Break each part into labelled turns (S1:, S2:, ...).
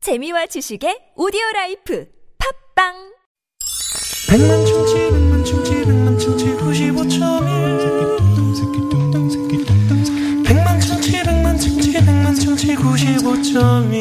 S1: 재미와 지식의 오디오 라이프 팝빵
S2: 백만 충치 백만 충치 백만 충치 95.1 백만 충치 백만 충치 백만 충치 95.1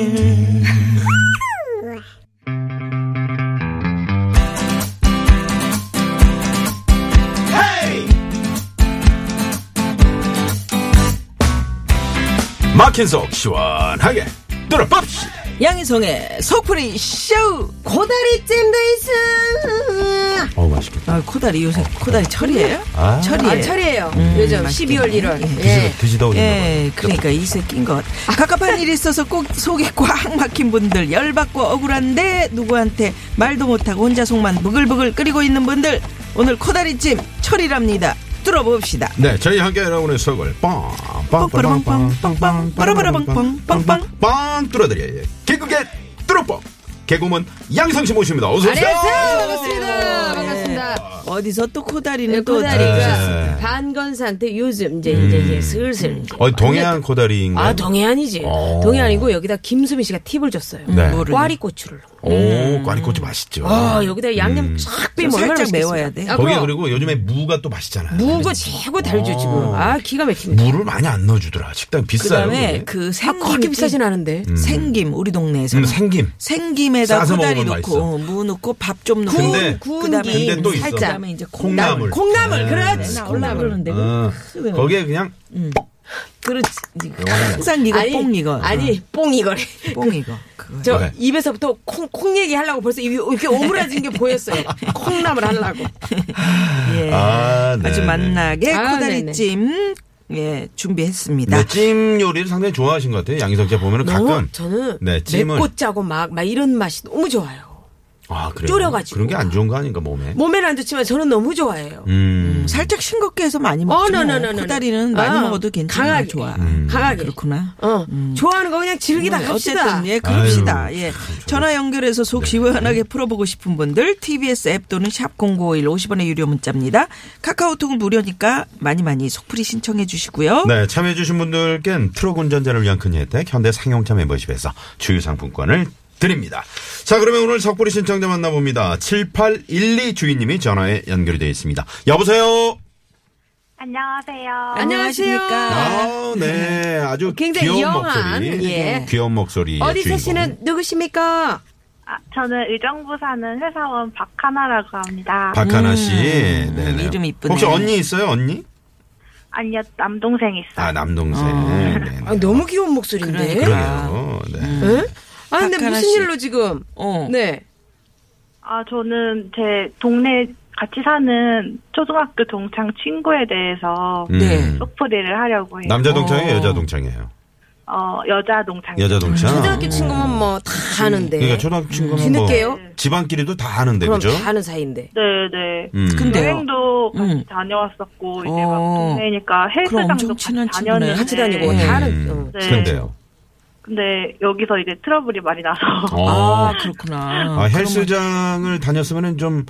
S3: 막힌 속 시원하게 뚫어봅시다
S4: 양희성의 속풀이 쇼!
S5: 고다리 찜도 있음.
S3: 어우 맛있겠다
S4: 아, 코다리 요새 코다리 철이에요?
S3: 아.
S4: 철이에요.
S5: 아, 철이에요. 요즘
S4: 음, 맛있겠네.
S5: 12월 1월.
S3: 드시,
S5: 예.
S3: 드시다 오신다
S4: 예, 그러니까 이새 낀 것. 갑갑한 일이 있어서 꼭 속이 꽉 막힌 분들, 열받고 억울한데 누구한테 말도 못하고 혼자 속만 부글부글 끓이고 있는 분들, 오늘 코다리찜 철이랍니다. 뚫어봅시다.
S3: 네 저희 함께 여러분의 속을
S4: 빵빠라빵빵, 빵빵, 빠라바라빵빵, 빵빵.
S3: 빵빵빵빵빵빵빵 뚫어드려요 예. 개그계 뚫어뻥 개그맨 양성씨 모십니다 어서오세요
S5: 안녕하세요. 반갑습니다.
S4: 네.
S5: 반갑습니다.
S4: 어디서 또 코다리는
S5: 네,
S4: 또
S5: 고다리가 반건사한테 요즘 이제 이제 이제 슬슬.
S3: 어, 동해안 코다리인가요?
S5: 아 동해안이지.
S3: 어.
S5: 동해안이고 여기다 김수미 씨가 팁을 줬어요.
S3: 네.
S4: 뭐를?
S5: 꽈리고추를. 넣어.
S3: 오 꽈리꼬치 맛있죠
S5: 아 여기다 양념 쫙 빼면 얼마나
S4: 살짝
S5: 맛있겠어.
S4: 매워야 돼.
S5: 아,
S3: 거기에
S5: 그럼.
S3: 그리고 요즘에 무가 또 맛있잖아요
S5: 무가 최고 달죠 지금. 아 기가 막힙니다.
S3: 무를 많이 안 넣어주더라 식당 비싸요
S4: 그다음에
S3: 그게.
S4: 그
S5: 아,
S4: 생김
S5: 그렇게 비싸진 않은데.
S4: 음. 생김 우리 동네에서
S3: 음, 생김
S4: 생김에다
S3: 싸서
S4: 코다리
S3: 먹으면
S4: 넣고
S3: 맛있어.
S4: 어, 무 넣고 밥 좀 넣고
S3: 근데-
S4: 구운 김
S3: 근데 또 있어.
S4: 살짝 그다음에 이제
S3: 콩나물.
S4: 콩나물
S3: 네.
S4: 그렇지
S3: 네,
S4: 콩나물
S3: 어, 거기에 그냥
S5: 네.
S4: 그렇지 항상 이거 뽕 이거
S5: 아니 뽕 이거래.
S4: 뽕 이거 그거
S5: 저
S3: 네.
S5: 입에서부터 콩, 콩 얘기하려고 벌써 입이 이렇게 오므라진 게 보였어요. 콩나물 하려고.
S4: 예.
S3: 아, 네,
S4: 아주
S3: 네.
S4: 맛나게
S5: 아,
S4: 코다리찜 예 준비했습니다
S3: 네, 찜 요리를 상당히 좋아하신 것 같아요. 양희석 씨 보면은
S5: 너무
S3: 가끔
S5: 저는
S3: 네, 찜을
S5: 맵고 짜고 막, 막 이런 맛이 너무 좋아요.
S3: 아, 그래요.
S5: 졸여가지고.
S3: 그런
S5: 뭐.
S3: 게 안 좋은 거 아닌가 몸에.
S5: 몸에는 안 좋지만 저는 너무 좋아해요.
S3: 음.
S4: 살짝 싱겁게 해서 많이 먹지
S5: 어,
S4: 뭐.
S5: no, no, no, no, no.
S4: 코다리는 많이
S5: 아,
S4: 먹어도 괜찮아
S5: 강하게.
S4: 좋아
S3: 음.
S5: 강하게.
S4: 그렇구나
S5: 어, 좋아하는 거 그냥 지르기다
S4: 네,
S5: 합시다.
S4: 어쨌든 예, 그럽시다.
S3: 아유, 네.
S4: 예. 전화 연결해서 속 시원하게 풀어보고 싶은 분들 TBS 앱 또는 샵 #0951 50원의 유료 문자입니다. 카카오톡은 무료니까 많이 많이 속풀이 신청해 주시고요.
S3: 네, 참여해주신 분들께는 트럭 운전자를 위한 큰 혜택, 현대 상용차 멤버십에서 주유상품권을 드립니다. 자, 그러면 오늘 석불이 신청자 만나봅니다. 7812 주인님이 전화에 연결이 되어 있습니다. 여보세요?
S6: 안녕하세요.
S5: 안녕하십니까.
S3: 아, 네. 아주
S5: 어, 굉장히
S3: 귀여운
S5: 영한,
S3: 목소리.
S5: 예.
S3: 귀여운 목소리.
S5: 어디 사시는 누구십니까?
S6: 아, 저는 의정부 사는 회사원 박하나라고 합니다.
S3: 박하나 씨.
S5: 음,
S3: 네네.
S4: 이름 이쁘네.
S3: 혹시 언니 있어요, 언니?
S6: 아니요, 남동생 있어요.
S3: 아, 남동생. 네네.
S5: 아, 너무 귀여운 목소리인데.
S4: 그러니까.
S3: 그러게요. 네.
S5: 응? 아, 근데
S4: 박하나
S5: 무슨
S4: 씨.
S5: 일로 지금.
S4: 어.
S5: 네.
S6: 아, 저는 제 동네 같이 사는 초등학교 동창 친구에 대해서
S5: 음.
S4: 네.
S6: 소프리를 하려고 해요.
S3: 음. 남자 동창이에요,
S4: 어.
S3: 여자 동창이에요?
S6: 어, 여자 동창.
S3: 여자 동창.
S5: 초등학교 친구면 뭐 다 아는데.
S3: 아. 그러니까 초등학교 친구는 뭐
S5: 뒤늦게요?
S3: 집안끼리도 다 아는데
S5: 그럼
S3: 그죠?
S5: 다 아는 사이인데.
S6: 네, 네.
S3: 음.
S4: 근데- 근데요.
S6: 여행도 같이
S4: 음.
S6: 다녀왔었고 이제
S4: 어.
S6: 막 동네니까 헬스장도
S4: 엄청
S6: 같이
S4: 친한 친구네.
S6: 다녔는데
S5: 같이 다니고
S3: 음.
S5: 다 아는. 어.
S6: 네.
S3: 근데요.
S6: 근데 여기서 이제 트러블이 많이 나서
S3: 어.
S4: 아, 그렇구나.
S3: 아, 헬스장을 다녔으면은 좀,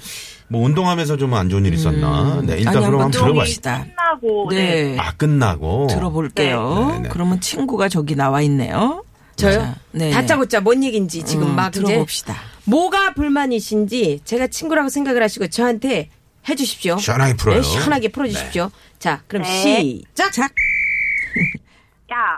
S3: 뭐, 운동하면서 좀 안 좋은 일 있었나?
S5: 음.
S3: 네, 일단
S4: 아니,
S3: 그럼
S4: 한번
S3: 한번 들어봐시다.
S4: 들어봅시다.
S6: 끝나고 네.
S4: 네.
S3: 아, 끝나고.
S4: 들어볼게요.
S3: 네, 네.
S4: 그러면 친구가 저기 나와 있네요.
S5: 저요?
S4: 자, 네.
S5: 다짜고짜 뭔 얘기인지 지금
S4: 음,
S5: 막
S4: 들어봅시다.
S5: 이제 뭐가 불만이신지 제가 친구라고 생각을 하시고 저한테 해주십시오.
S3: 시원하게 풀어요.
S5: 네, 시원하게 풀어주십시오. 자, 그럼
S6: 네.
S5: 시작.
S6: 야,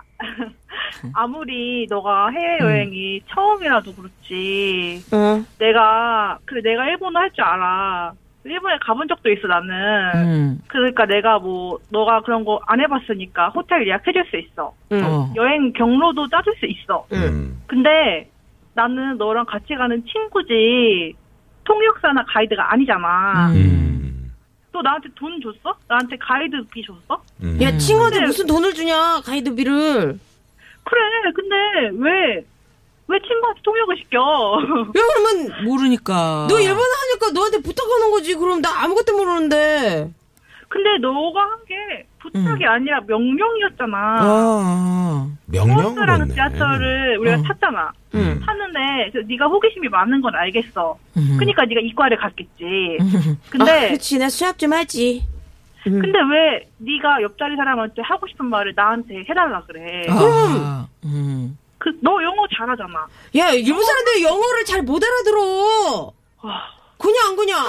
S6: 아무리 너가 해외여행이 처음이라도 그렇지.
S5: 어.
S6: 내가, 그래, 내가 일본어 할 줄 알아. 일본에 가본 적도 있어, 나는.
S4: 음.
S6: 그러니까 내가 뭐, 너가 그런 거 안 해봤으니까 호텔 예약해줄 수 있어.
S5: 음.
S4: 어.
S6: 여행 경로도 짜줄 수 있어.
S3: 음.
S6: 근데 나는 너랑 같이 가는 친구지. 통역사나 가이드가 아니잖아.
S5: 네.
S4: 음.
S3: 음.
S6: 또 나한테 돈 줬어? 나한테 가이드비 줬어?
S3: 음.
S5: 야, 친구한테
S6: 네.
S5: 무슨 돈을 주냐, 가이드비를.
S6: 그래, 근데 왜, 왜 친구한테 통역을 시켜?
S5: 야, 그러면
S4: 모르니까.
S5: 음. 너 일본어 하니까 너한테 부탁하는 거지. 그럼 나 아무것도 모르는데.
S6: 근데 너가 한 게 부탁이 아니라
S4: 아,
S6: 명령이었잖아.
S4: 아.
S3: 명령을
S6: 버스라는
S3: 했네.
S6: 지하철을 우리가
S4: 어.
S6: 탔잖아.
S3: 음.
S6: 탔는데 그래서 네가 호기심이 많은 건 알겠어.
S4: 음.
S6: 그러니까 네가 이과를 갔겠지.
S5: 아,
S6: 근데
S5: 그렇지. 나 수학 좀 하지. 음.
S6: 근데 왜 네가 옆자리 사람한테 하고 싶은 말을 나한테 해달라 그래?
S4: 아, 음.
S6: 그 너 영어 잘하잖아.
S5: 야, 일본 사람들 영어를 잘 못 알아들어. 그냥, 그냥.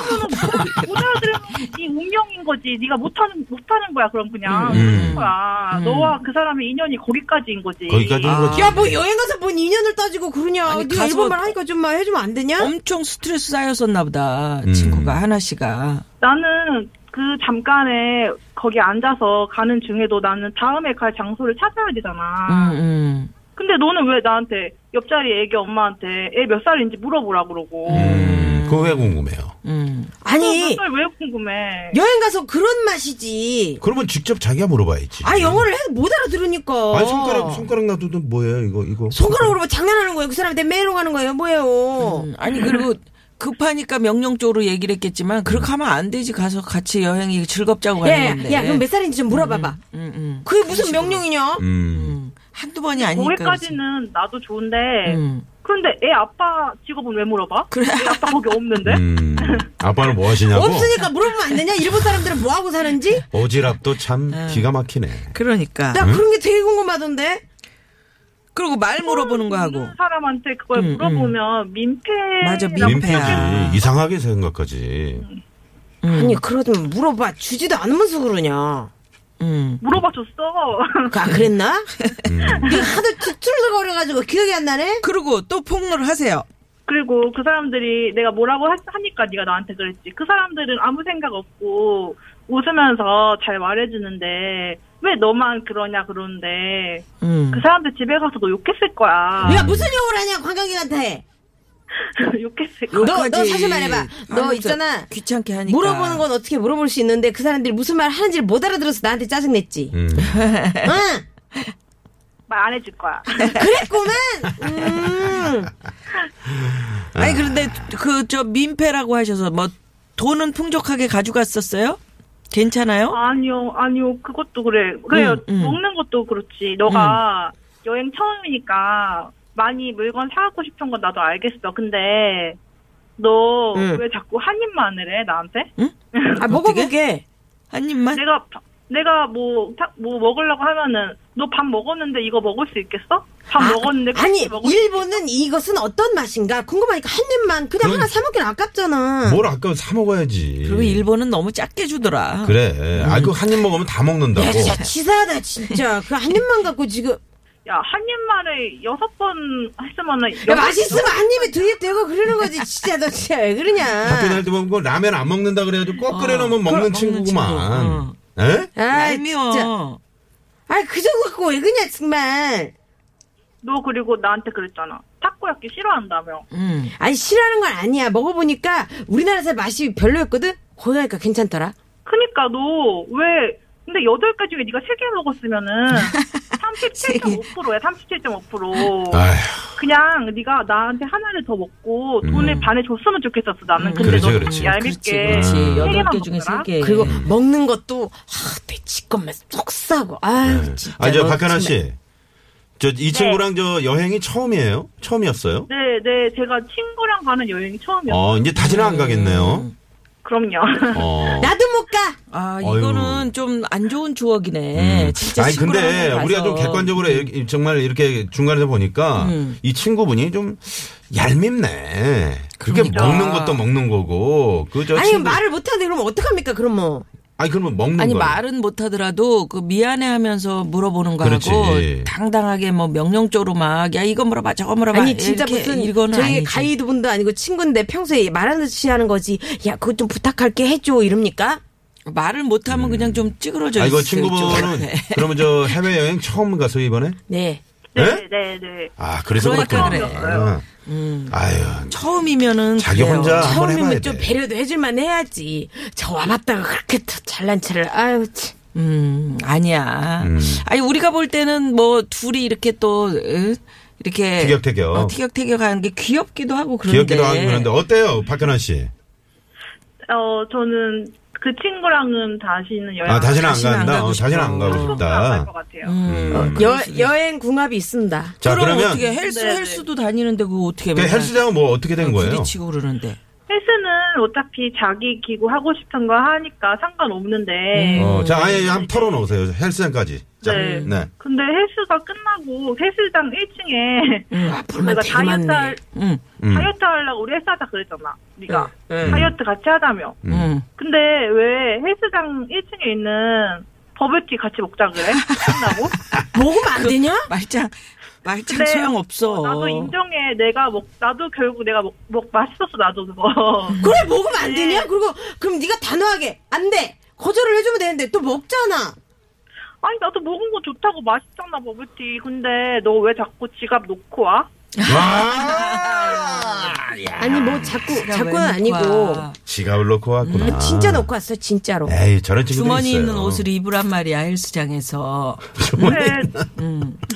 S6: 못 알아들으면 네 운명인 거지. 네가 못하는 못하는 거야. 그럼 그냥
S3: 음.
S6: 그런 거야. 너와 그 사람의 인연이 거기까지인 거지.
S3: 거기까지는 그렇지.
S5: 야, 뭐 여행 가서 뭔 인연을 따지고 그러냐.
S4: 아니,
S5: 네가
S4: 가서-
S5: 일본말 하니까 좀 막 해주면 안 되냐?
S4: 엄청 스트레스 쌓였었나 보다.
S3: 음.
S4: 친구가 하나 씨가.
S6: 나는 그 잠깐에 거기 앉아서 가는 중에도 나는 다음에 갈 장소를 찾아야 되잖아.
S4: 음, 음.
S6: 근데 너는 왜 나한테 옆자리 애기 엄마한테 애 몇 살인지 물어보라 그러고.
S3: 음, 그거 왜 궁금해요?
S4: 음.
S5: 아니,
S6: 몇살왜 궁금해?
S5: 여행 가서 그런 맛이지.
S3: 그러면 직접 자기가 물어봐야지.
S5: 아, 영어를 해도 못 알아들으니까.
S3: 아니, 손가락, 손가락 놔두도 뭐예요, 이거, 이거.
S5: 으로뭐 장난하는 거예요. 그 사람한테 메롱하는 거예요. 뭐예요.
S4: 음. 아니 그리고 급하니까 명령적으로 얘기를 했겠지만 그렇게 하면 안 되지 가서 같이 여행이 즐겁자고 가는
S5: 야,
S4: 건데.
S5: 예, 야, 그럼 몇 살인지 좀 물어봐봐.
S4: 음, 음.
S5: 그게 무슨 명령이냐?
S3: 음.
S4: 한두 번이 아니니까.
S6: 거기까지는 나도 좋은데
S4: 그렇지. 음.
S6: 그런데 애 아빠 직업은 왜 물어봐? 그래. 애 아빠 거기 없는데?
S3: 음. 아빠는 뭐
S4: 음.
S3: 하시냐고?
S5: 네? 없으니까 물어보면 안 되냐? 일본 사람들은 뭐 하고 사는지?
S3: 오지랖도 참 기가 막히네.
S4: 그러니까.
S5: 나 그런 게 되게 궁금하던데.
S4: 그리고 말 물어보는 거 하고.
S6: 있는 사람한테 그걸
S4: 음,
S6: 물어보면 민폐.
S4: 맞아, 민폐. 민폐야.
S5: 네.
S3: 민폐지. 이상하게 생각하지.
S5: 아니 그러든 물어봐 주지도 않으면서 그러냐?
S4: 음.
S6: 물어봐줬어.
S5: 그, 아 그랬나? 네가 하도 툴툴거려가지고 기억이 안 나네.
S4: 그리고 또 폭로를 하세요.
S6: 그리고 그 사람들이 내가 뭐라고 하- 하니까 네가 나한테 그랬지. 그 사람들은 아무 생각 없고 웃으면서 잘 말해주는데 왜 너만 그러냐 그러는데
S4: 음.
S6: 그 사람들 집에 가서 너 욕했을 거야.
S5: 야 무슨 욕을 하냐 관광객한테?
S6: 욕했을
S5: 너,
S6: 거야.
S5: 너
S4: 욕하지.
S5: 사실 말해봐. 너
S4: 아무튼
S5: 있잖아.
S4: 귀찮게 하니까.
S5: 물어보는 건 어떻게 물어볼 수 있는데 그 사람들이 무슨 말 하는지를 못 알아들어서 나한테 짜증 냈지.
S3: 음.
S5: 응.
S6: 말 안 해줄 거야.
S5: 그랬구만. 음.
S4: 아니 그런데 그 저 민폐라고 하셔서 뭐 돈은 풍족하게 가져갔었어요? 괜찮아요?
S6: 아니요, 아니요, 그것도 그래. 그래요,
S4: 음.
S6: 먹는 것도 그렇지. 너가 여행 처음이니까 많이 물건 사갖고 싶은 건 나도 알겠어. 근데 너
S4: 음.
S6: 왜 자꾸 한 입만을 해 나한테?
S5: 아
S4: 뭐?
S5: 먹어보게.
S4: 한 입만?
S6: 내가 바- 내가 뭐뭐 뭐 먹으려고 하면은 너 밥 먹었는데 이거 먹을 수 있겠어? 밥 먹었는데
S5: 아니
S6: 그렇게 먹을 수
S5: 일본은 이것은 어떤 맛인가 궁금하니까 한 입만 그냥
S3: 그럼-
S5: 하나 사 먹기는 아깝잖아.
S3: 뭘 아까 사 먹어야지.
S4: 그리고 일본은 너무 작게 주더라.
S3: 그래. 아, 그 한 입 먹으면 다 먹는다고.
S5: 음. 야 진짜 치사하다 진짜. 그 한 입만 갖고 지금.
S6: 야한 입만을 여섯 번 했으면은
S5: 야, 맛있으면 한 입에 두 입 되고 그러는 거지. 진짜 너 진짜 왜
S3: 학교
S5: 그러냐.
S3: 다닐 때 보면 그 라면 안 먹는다 그래가지고
S5: 어,
S3: 꼭 끓여놓으면 먹는
S4: 먹는
S3: 친구구만.
S4: 친구.
S3: 에?
S5: 아, 진짜.
S4: 얄미워.
S5: 아, 그저 갖고 왜 그러냐, 정말.
S6: 너 그리고 나한테 그랬잖아. 타코야끼 싫어한다며.
S4: 음.
S5: 아니, 싫어하는 건 아니야. 먹어보니까 우리나라에서 맛이 별로였거든? 거기 가니까 괜찮더라.
S6: 그니까 너 왜? 근데 여덟 개 중에 네가 세 개 먹었으면은 37.5%야
S5: 어.
S6: 37.5%.
S3: 아휴.
S6: 그냥 네가 나한테 하나를 더 먹고 돈을
S3: 음.
S6: 반에 줬으면 좋겠었어 나는. 근데
S3: 그렇지,
S6: 너
S3: 그렇지.
S4: 그렇지,
S6: 얄밉게
S4: 그렇지.
S6: 세
S4: 여덟
S6: 개만
S4: 개 중에 세
S6: 먹더라.
S4: 개.
S5: 그리고 먹는 것도, 아, 돼지 것만 쏙 싸고. 아유, 진짜.
S3: 아, 저
S5: 너 네.
S3: 박하나
S5: 정말.
S3: 씨. 저 이 친구랑 저 여행이 처음이에요? 처음이었어요?
S6: 네, 네, 제가 친구랑 가는 여행이 처음이었어요.
S3: 어, 이제 다시는 안 가겠네요.
S5: 음.
S6: 그럼요.
S3: 어.
S5: 나도 못 가.
S4: 아,
S3: 어휴.
S4: 이거는 좀 안 좋은 추억이네. 진짜
S3: 음. 아니 근데
S4: 친구랑
S3: 우리가
S4: 가서. 음.
S3: 좀 객관적으로 이렇게 정말 이렇게 중간에서 보니까 이 친구분이 좀 얄밉네. 그게
S4: 그러니까.
S3: 먹는 것도 먹는 거고 그저
S5: 아니,
S3: 친구
S5: 말을 못하는데 그러면 어떡합니까, 그럼 뭐.
S3: 아니 그러면 먹는
S4: 아니
S3: 거
S4: 말은 못하더라도 그 미안해하면서 물어보는 거
S3: 그렇지.
S4: 하고 당당하게 뭐 명령적으로 막 야 이거 물어봐 저거 물어봐
S5: 아니 진짜
S4: 이렇게
S5: 무슨
S4: 이거는
S5: 저희
S4: 아니지.
S5: 가이드분도 아니고 친구인데 평소에 말하는 듯이 하는 거지 야 그거 좀 부탁할게 해줘 이럽니까?
S4: 말을 못하면 그냥 좀 찌그러져
S3: 음. 아 이거
S4: 있을
S3: 친구분은
S4: 줄 알았네.
S3: 그러면 저 해외 여행 처음 가서 이번에?
S5: 네.
S3: 네?
S6: 네, 네, 네.
S3: 아 그래서
S4: 그러니까 음.
S3: 그렇구나. 아. 아유
S4: 처음이면은
S3: 자기
S4: 그래요.
S3: 혼자 한번 해봐야
S5: 처음이면 좀
S3: 돼.
S5: 배려도 해줄만 해야지 저와 맞다가 그렇게 또 잘난 체를 아유 참.
S4: 음 아니야. 아니 우리가 볼 때는 뭐 둘이 이렇게 또 으, 이렇게
S3: 티격태격.
S4: 어, 티격태격하는 게 귀엽기도 하고 그런데
S3: 귀엽기도 하고 그런데 어때요 박현아 씨?
S6: 어, 저는 그 친구랑은 다시는 여행
S3: 아 다시는 안
S4: 다시는 안
S3: 간다.
S4: 가고
S3: 어, 다시는 안
S4: 싶어.
S3: 가고
S6: 안갈것
S3: 싶다.
S6: 같아요.
S5: 음. 여, 여행 궁합이 있습니다.
S3: 음. 자
S4: 음. 그럼
S3: 그러면
S4: 어떻게 헬스
S6: 네, 네.
S4: 헬스도 다니는데 그거 어떻게
S3: 그
S4: 맨날 아,
S3: 헬스장은 뭐 어떻게 된 거예요?
S4: 부딪히고 그러는데
S6: 헬스는 어차피 자기 기구 하고 싶은 거 하니까
S5: 음.
S6: 상관없는데
S3: 어,
S4: 음.
S3: 자, 아예 한번 털어놓으세요. 헬스장까지. 자,
S6: 네.
S3: 네.
S6: 근데 헬스가 끝나고 헬스장 1층에
S5: 음, 아,
S4: 아,
S5: 불만 되게
S6: 음. 다이어트
S5: 많네.
S6: 할,
S4: 응,
S3: 음.
S6: 다이어트 하려고 우리 헬스 하자 그랬잖아. 네가
S5: 응.
S6: 다이어트 같이 하자며.
S3: 음.
S4: 응.
S6: 근데 왜 헬스장 1층에 있는 버블티 같이 먹자 그래? 끝나고?
S4: 아,
S5: 먹으면 안 되냐?
S4: 그 말짱, 말짱
S6: 근데
S4: 소용 없어.
S6: 어, 나도 인정해. 내가 먹 나도 결국 내가 먹, 먹 맛있었어 나도 그거.
S5: 그래 먹으면 안
S4: 네.
S5: 되냐? 그리고 그럼 네가 단호하게 안 돼. 거절을 해주면 되는데 또 먹잖아.
S6: 아니 나도 먹은 거 좋다고 맛있잖아 버블티. 근데 너 왜 자꾸 지갑 놓고 와?
S3: 와!
S5: 아니 뭐 자꾸 자꾸는
S4: 왜 놓고
S5: 아니고
S4: 와?
S3: 지갑을 놓고 왔구나.
S5: 아, 진짜 넣고 왔어 진짜로.
S3: 에이, 저런 친구들
S4: 음, 주머니
S3: 있어요.
S4: 있는 옷을 입으란 말이야 헬스장에서.
S3: 주머니.
S6: 근데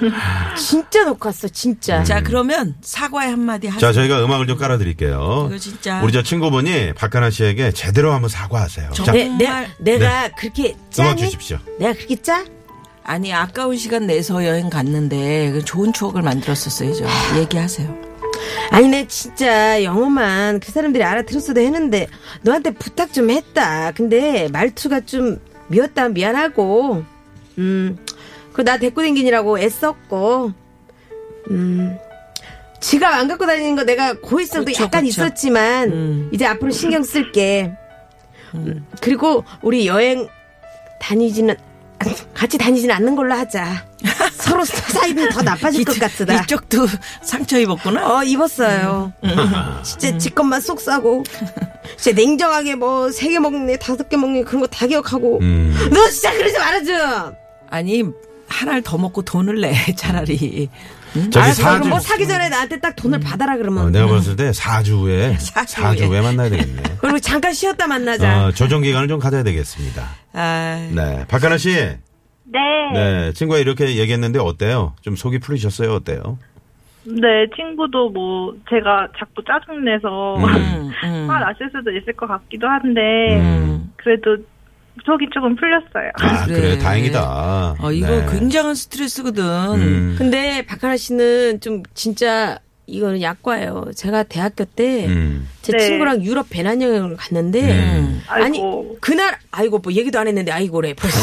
S5: 진짜 넣고 왔어 진짜.
S4: 자 그러면 사과의 한마디 하세요.
S3: 자, 저희가 음악을 좀 깔아드릴게요.
S4: 이거 진짜.
S3: 우리 저 친구분이 박가나 씨에게 제대로 한번 사과하세요. 자,
S5: 내, 내, 내가 그렇게
S3: 음악
S5: 짜니?
S3: 네. 주십시오.
S5: 내가 그렇게 짜?
S4: 아니 아까운 시간 내서 여행 갔는데 그 좋은 추억을 만들었었어요. 얘기하세요.
S5: 아니 내 진짜 영어만 그 사람들이 알아들었어도 했는데 너한테 부탁 좀 했다. 근데 말투가 좀 미웠다 미안하고 음 그리고 나 데리고 댕기느라고 애썼고 음 지갑 안 갖고 다니는 거 내가 고의성도
S4: 그쵸,
S5: 약간
S4: 그쵸. 음.
S5: 있었지만 이제 앞으로 신경 쓸게. 음, 그리고 우리 여행 다니지는 같이 다니지는 않는 걸로 하자. 서로 사이는 더 나빠질 것 같으다.
S4: 이쪽도 상처 입었구나.
S5: 어 입었어요.
S3: 음.
S5: 진짜 지 것만 쏙 싸고 진짜 냉정하게 뭐 세 개 먹네 다섯 개 먹네 그런 거 다 기억하고
S3: 음.
S5: 너 진짜 그러지 말아줘.
S4: 아니 하나를 더 먹고 돈을 내 차라리. 아,
S3: 저기
S5: 알았어
S3: 사주.
S5: 그럼 뭐 사기 전에 나한테 딱 돈을 받아라 그러면.
S3: 어, 내가 봤을 때 4주 후에,
S4: 음. 사주
S3: 4주
S4: 후에.
S3: 후에 만나야 되겠네.
S5: 그리고 잠깐 쉬었다 만나자.
S3: 어, 조정기간을 좀 가져야 되겠습니다.
S4: 아,
S3: 네. 박가나 씨.
S6: 네. 네.
S3: 네. 친구가 이렇게 얘기했는데 어때요? 좀 속이 풀리셨어요? 어때요?
S6: 친구도 뭐 제가 자꾸 짜증 내서
S3: 음,
S6: 화 났을 수도 있을 것 같기도 한데
S4: 음.
S6: 그래도 속이 조금 풀렸어요.
S3: 아, 그래.
S4: 그래.
S3: 다행이다.
S4: 어 이거
S3: 네.
S4: 굉장한 스트레스거든.
S3: 음.
S5: 근데 박하라 씨는 좀 진짜 이거는 약과예요. 제가 대학교 때 제
S3: 음.
S6: 네.
S5: 친구랑 유럽 배낭여행을 갔는데
S4: 네.
S3: 음.
S5: 아니
S6: 아이고.
S5: 그날 아이고 뭐 얘기도 안 했는데 아이고래 벌써.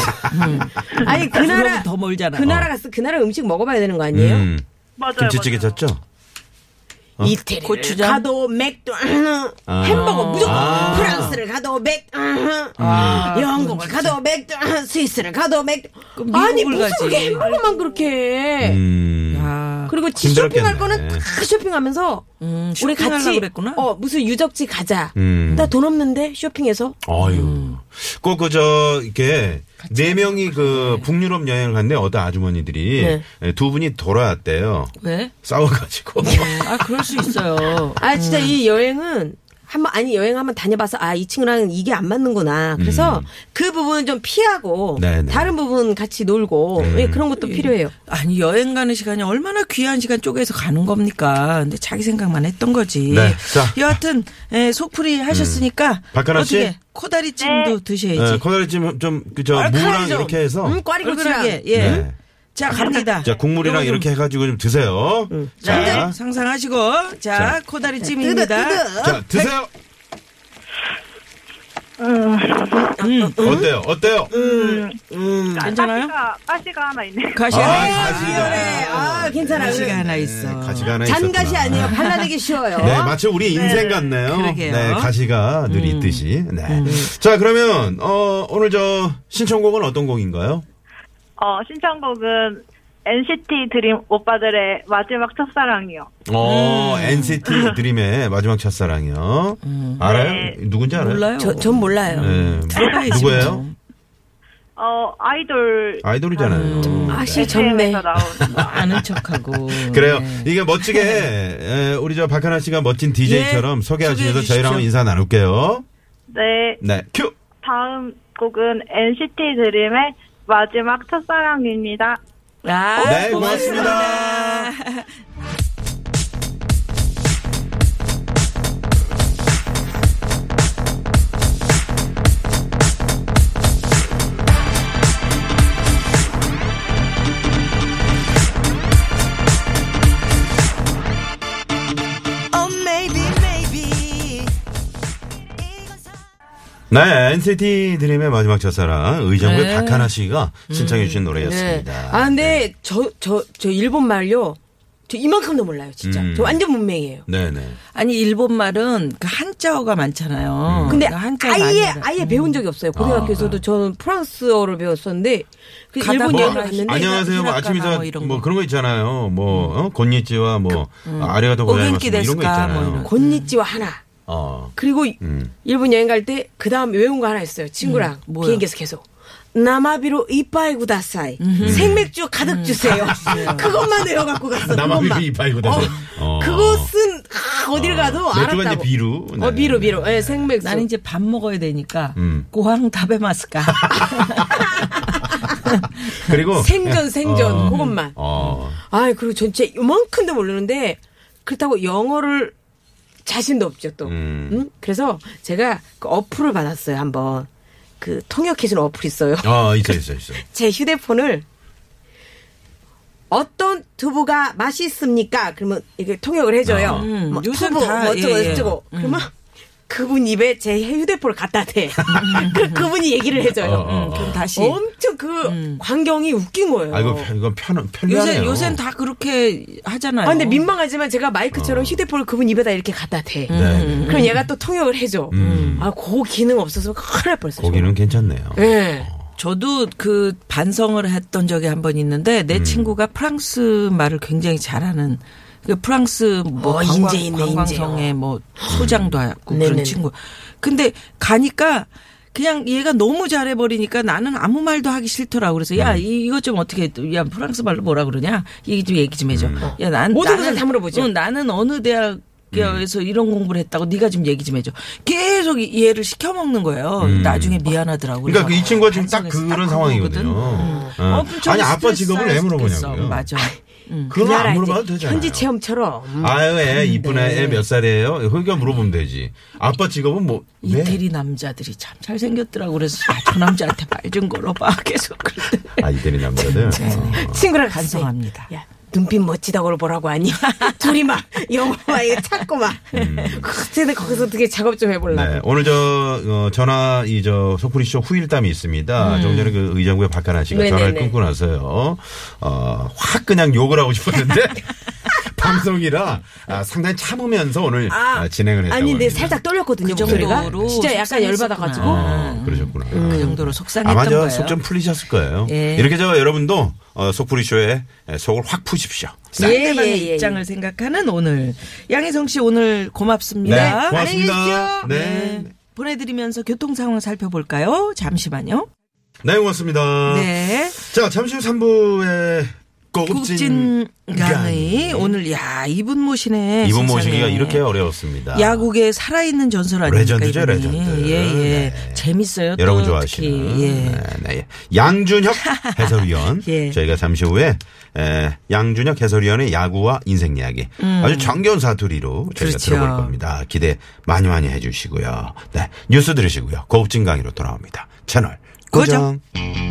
S5: 아니 그 나라
S4: 유럽은 더 멀잖아.
S5: 그 나라 갔어 그 나라 음식 먹어봐야 되는 거 아니에요?
S3: 음.
S6: 맞아요.
S3: 김치찌개
S6: 맞아요.
S3: 쳤죠?
S5: 이태리
S4: 고추장?
S5: 가도 맥도 으흠.
S3: 어? 아.
S5: 햄버거 무조건
S3: 아.
S5: 프랑스를 가도 맥 으흠.
S4: 아,
S5: 영국을 가도 맥 으흠. 스위스를 가도 맥
S4: 그럼
S5: 아니
S4: 미국을
S5: 무슨
S4: 가지.
S5: 그게 햄버거만 그렇게
S4: 네.
S5: 해.
S3: 음.
S4: 아,
S5: 그리고 지
S3: 힘들었겠네.
S5: 쇼핑할 거는 다 쇼핑하면서
S4: 음,
S5: 우리
S4: 쇼핑하려고
S5: 같이
S4: 그랬구나.
S5: 어 무슨 유적지 가자
S3: 음.
S5: 나 돈 없는데 쇼핑해서
S3: 어유. 꼭 그 저 이렇게 네 명이 그 북유럽 여행을 갔는데 어떤 아주머니들이 예, 두 분이 돌아왔대요.
S4: 왜?
S3: 싸워가지고.
S4: 아 그럴 수 있어요.
S5: 아 진짜 이 여행은 한번 아니 여행 한번 다녀봐서 아 이 친구랑 이게 안 맞는구나 그래서 그 부분은 좀 피하고
S3: 음. 네네. 네.
S5: 다른 부분 같이 놀고 예, 그런 것도 필요해요.
S4: 아니 여행 가는 시간이 얼마나 귀한 시간 쪼개서 가는 겁니까? 근데 자기 생각만 했던 거지.
S3: 네, 자. 음.
S4: 여하튼 예, 속풀이 하셨으니까
S3: 박하나 씨?
S4: 어떻게 코다리찜도 드셔야지.
S3: 네, 커다리 좀좀그저
S4: 얼큰하게
S3: 무랑
S4: 좀.
S3: 이렇게 해서
S5: 음, 꽈리 고추랑
S4: 얼큰하게 예.
S3: 네.
S4: 자 갑니다.
S3: 자 국물이랑
S4: 요거 좀
S3: 이렇게 해가지고 좀 드세요. 자,
S4: 상상하시고 자, 코다리찜입니다.
S3: 자 드세요.
S5: 음.
S6: 음.
S3: 어때요? 어때요?
S4: 괜찮아요?
S6: 가시가, 가시가 하나 있네.
S4: 가시
S3: 아,
S4: 하나
S3: 가시가.
S5: 아 괜찮아.
S4: 가시가 하나 있어.
S3: 네, 가시가 하나
S5: 잔가시
S3: 있었구나.
S5: 아니에요. 발라내기 쉬워요.
S3: 네, 마치 우리 인생 같네요.
S4: 그러게요.
S3: 네, 가시가 늘 있듯이. 네. 자, 그러면 어 오늘 저 신청곡은 어떤 곡인가요?
S6: 어, 신청곡은 NCT 드림 오빠들의 마지막 첫사랑이요.
S3: 어,
S4: 음.
S3: NCT 드림의 마지막 첫사랑이요. 알아요?
S6: 네.
S3: 누군지 알아요?
S4: 몰라요.
S5: 저, 전 몰라요.
S3: 네.
S4: 들어가야지,
S3: 누구예요?
S4: 뭐.
S6: 어, 아이돌
S3: 아이돌이잖아요.
S5: 아씨
S6: SM에서
S5: 젊네.
S6: 나온
S4: 음. 아는 척하고.
S3: 그래요.
S4: 네.
S3: 이게 멋지게 에, 우리 저 박하나 씨가 멋진 DJ처럼
S4: 예,
S3: 소개하시면서
S4: 소개해
S3: 저희랑 한번 인사 나눌게요.
S6: 네,
S3: 네, 큐.
S6: 다음 곡은 NCT 드림의 마지막 첫사랑입니다.
S4: 아,
S3: 네, 고맙습니다.
S7: Oh, maybe, maybe
S3: 네, NCT 드림의 마지막 첫사랑 의정부의
S4: 네.
S3: 박하나 씨가 신청해 주신
S5: 네.
S3: 노래였습니다.
S5: 아, 근데 저, 저, 저 일본 말요. 저 이만큼도 몰라요, 진짜.
S3: 음.
S5: 저 완전 문맹이에요.
S3: 네, 네.
S4: 아니 일본 말은 그 한자어가 많잖아요.
S5: 근데
S4: 그러니까 한자어 많이
S5: 아예
S4: 알아.
S5: 아예 배운 적이
S3: 음.
S5: 없어요. 고등학교에서도
S3: 아.
S5: 저는 프랑스어를 배웠었는데 그
S4: 가다
S5: 일본
S4: 보면
S5: 여행을
S4: 뭐,
S5: 갔는데
S3: 안녕하세요. 뭐
S4: 히라카나
S3: 아침 이사
S4: 뭐 이런
S3: 뭐
S4: 거.
S3: 그런 거 있잖아요. 뭐 어? 곤니찌와 뭐 아리가도 고자이마스 뭐 이런 거
S4: 오겐키 데스까
S3: 있잖아요.
S4: 뭐 이런 거.
S5: 건니찌와 하나.
S3: 어.
S5: 그리고
S3: 음.
S5: 일본 여행 갈 때 그 다음 외운 거 하나 있어요. 친구랑
S4: 음. 뭐야?
S5: 비행기에서 계속. 나마비로 이빠이 구다사이
S4: 음.
S5: 생맥주 가득 주세요.
S4: 아,
S5: 그것만 외워갖고 갔어.
S3: 나만
S5: 그것만.
S3: 이파이고 다서. 어.
S5: 그것은 아, 어딜 가도
S3: 맥주가
S5: 알았다고.
S3: 이제 비루.
S5: 어
S3: 네.
S5: 비루 비루. 예, 생맥주.
S4: 나는 이제 밥 먹어야 되니까
S3: 음.
S4: 고항 다베마스까.
S3: 그리고
S5: 생전 생전
S3: 어.
S5: 그것만.
S3: 어.
S5: 아 그리고 전체 이만큼도 모르는데 그렇다고 영어를 자신도 없죠 또.
S3: 음.
S5: 음? 그래서 제가 그 어플을 받았어요 한번. 그 통역해주는 어플 있어요.
S3: 아, 있어 있어 있어.
S5: 제 휴대폰을 어떤 두부가 맛있습니까? 그러면 이게 통역을 해줘요.
S3: 어.
S4: 음,
S5: 뭐
S4: 요즘
S5: 두부
S4: 다,
S5: 뭐 어쩌고
S4: 예, 예.
S5: 어쩌고. 그러면 그분 입에 제 휴대폰을 갖다 대. 그 그분이 얘기를 해줘요.
S3: 어, 어, 어.
S4: 음, 그럼 다시.
S5: 엄청 그
S4: 음.
S5: 광경이 웃긴 거예요.
S3: 아, 이거 편, 이건 편, 편리하네요.
S4: 요새 요새는 다 그렇게 하잖아요.
S5: 아, 근데 민망하지만 제가
S3: 어.
S5: 마이크처럼 휴대폰을 그분 입에다 이렇게 갖다 대.
S4: 음.
S3: 네, 네.
S5: 그럼 얘가 또 통역을 해줘.
S3: 음.
S5: 아, 그 기능 없어서 큰일 날 뻔했어요.
S3: 고기는 괜찮네요.
S5: 예. 네.
S4: 저도 그 반성을 했던 적이 한 번 있는데 내 친구가 프랑스 말을 굉장히 잘하는 그 프랑스 뭐
S5: 어,
S4: 관광,
S5: 인재인네,
S4: 관광성에 뭐 소장도 하고
S5: 네네네.
S4: 그런 친구. 근데 가니까 그냥 얘가 너무 잘해버리니까 나는 아무 말도 하기 싫더라고 그래서 야 이- 이것 좀 어떻게 해? 야 프랑스 말로 뭐라 그러냐 얘기 좀 얘기 좀 해줘 야난
S5: 모든 것을 다 물어보죠.
S4: 나는 어느 대학 에서 이런 공부를 했다고 네가 좀 얘기 좀 해줘. 계속 얘를 시켜먹는 거예요. 나중에 미안하더라고.
S3: 그러니까 그 이 친구가 지금 딱
S4: 반성해서
S3: 그런
S4: 딱
S3: 상황이거든요. 어.
S4: 어, 그럼 저는
S3: 아니 아빠
S4: 스트레스
S3: 직업을 왜
S4: 쌓여서
S3: 물어보냐고요.
S4: 좋겠어. 맞아.
S3: 음. 그건 안 물어봐도 되잖아요.
S5: 현지 체험처럼. 음.
S3: 아유 애 이쁜 애 몇 살이에요? 그러니까 물어보면 되지. 아빠 직업은 뭐 왜?
S4: 이태리 남자들이 참 잘생겼더라고 그래서 아, 저 남자한테 말 좀 걸어봐 계속 그랬더니
S3: 아 이태리 남자들.
S5: 친구랑 갔어요.
S4: 반성합니다.
S5: 야, 눈빛 멋지다고 보라고 하니. 둘이 막, 영화 막 이렇게 찾고 막. 그때는 거기서 어떻게 작업 좀 해보려고.
S3: 음. 네, 오늘 저 어, 전화 이 저 소프리 쇼 후일담이 있습니다. 조금 전에 그 의장부의 박하나 씨가
S5: 네네네.
S3: 전화를 끊고 나서요. 어, 확 그냥 욕을 하고 싶었는데 방송이라 아, 상당히 참으면서 오늘 아, 진행을 했다고
S5: 아니, 근데
S3: 합니다.
S5: 살짝 떨렸거든요,
S4: 그
S5: 목소리가.
S4: 정도로
S5: 진짜 약간
S4: 속상했었구나.
S5: 열받아가지고.
S3: 어, 그러셨구나.
S4: 그 정도로 속상했던
S3: 아마
S4: 거예요.
S3: 저속 좀 풀리셨을 거예요.
S4: 예.
S3: 이렇게 저 여러분도 어, 소프리 쇼에 속을 확 푸십시오. 네.
S4: 상대방의
S5: 예, 예, 예.
S4: 입장을 생각하는 오늘 양혜성 씨 오늘 고맙습니다.
S3: 네, 고맙습니다.
S4: 안녕히 계십시오.
S3: 네.
S4: 보내드리면서 교통 상황 살펴볼까요? 잠시만요.
S3: 네, 고맙습니다.
S4: 네.
S3: 자, 잠시 후 3부에 고급진
S4: 국진강의 오늘 야 이분 모시네.
S3: 이분
S4: 세상에.
S3: 모시기가 이렇게 어려웠습니다.
S4: 야구계 살아있는 전설 아닙니까?
S3: 레전드죠,
S4: 이분이.
S3: 레전드.
S4: 예, 예.
S3: 네.
S4: 재밌어요. 또
S3: 여러분
S4: 특히.
S3: 좋아하시는
S4: 예.
S3: 네, 네. 양준혁 해설위원
S4: 예.
S3: 저희가 잠시 후에 에, 양준혁 해설위원의 야구와 인생 이야기 아주 정겨운 사투리로 저희가
S4: 음. 그렇죠.
S3: 들어볼 겁니다. 기대 많이 많이 해주시고요. 네 뉴스 들으시고요. 고급진 강의로 돌아옵니다. 채널
S4: 고정.
S3: 고정.